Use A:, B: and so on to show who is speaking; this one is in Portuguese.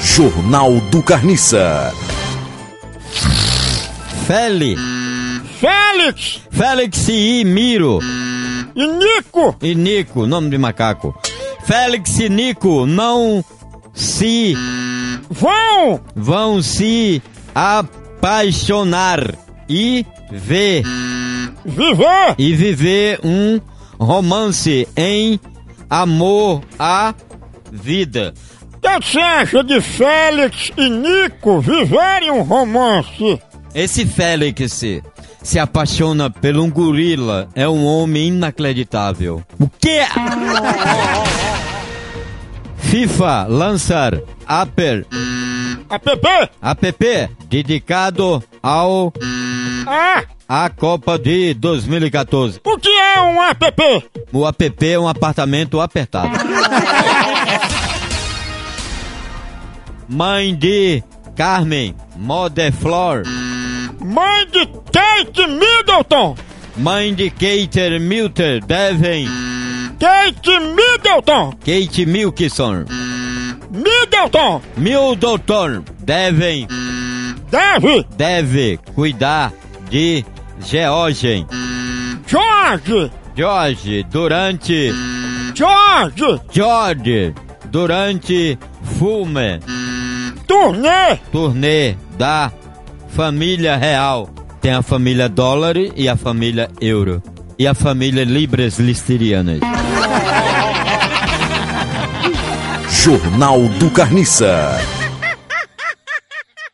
A: Jornal do Carniça.
B: Félix.
C: Félix
B: Félix I. Miro.
C: e Nico.
B: E Nico, nome de macaco. Félix e Nico não se
C: Vão
B: vão se apaixonar e ver
C: viver
B: e viver um romance em amor à vida.
C: O que você acha de Félix e Nico viverem um romance?
B: Esse Félix se apaixona por um gorila, é um homem inacreditável. O quê? FIFA lançar upper
C: App?
B: app dedicado ao
C: Ah,
B: a Copa de 2014.
C: o que é um app?
B: O app é um apartamento apertado. Mãe de Carmen, Mother Flor,
C: Mãe de Kate Middleton.
B: mãe de Kate Milter, Devin,
C: Kate Middleton.
B: Kate Milkson,
C: Middleton.
B: Mildoutor, devem,
C: Deve.
B: deve cuidar de George,
C: George.
B: George, durante,
C: George.
B: George, durante Fulmer,
C: Turnê.
B: turnê da família real. Tem a família dólar e a família euro. E a família libras listerianas.
A: Jornal do Carniça.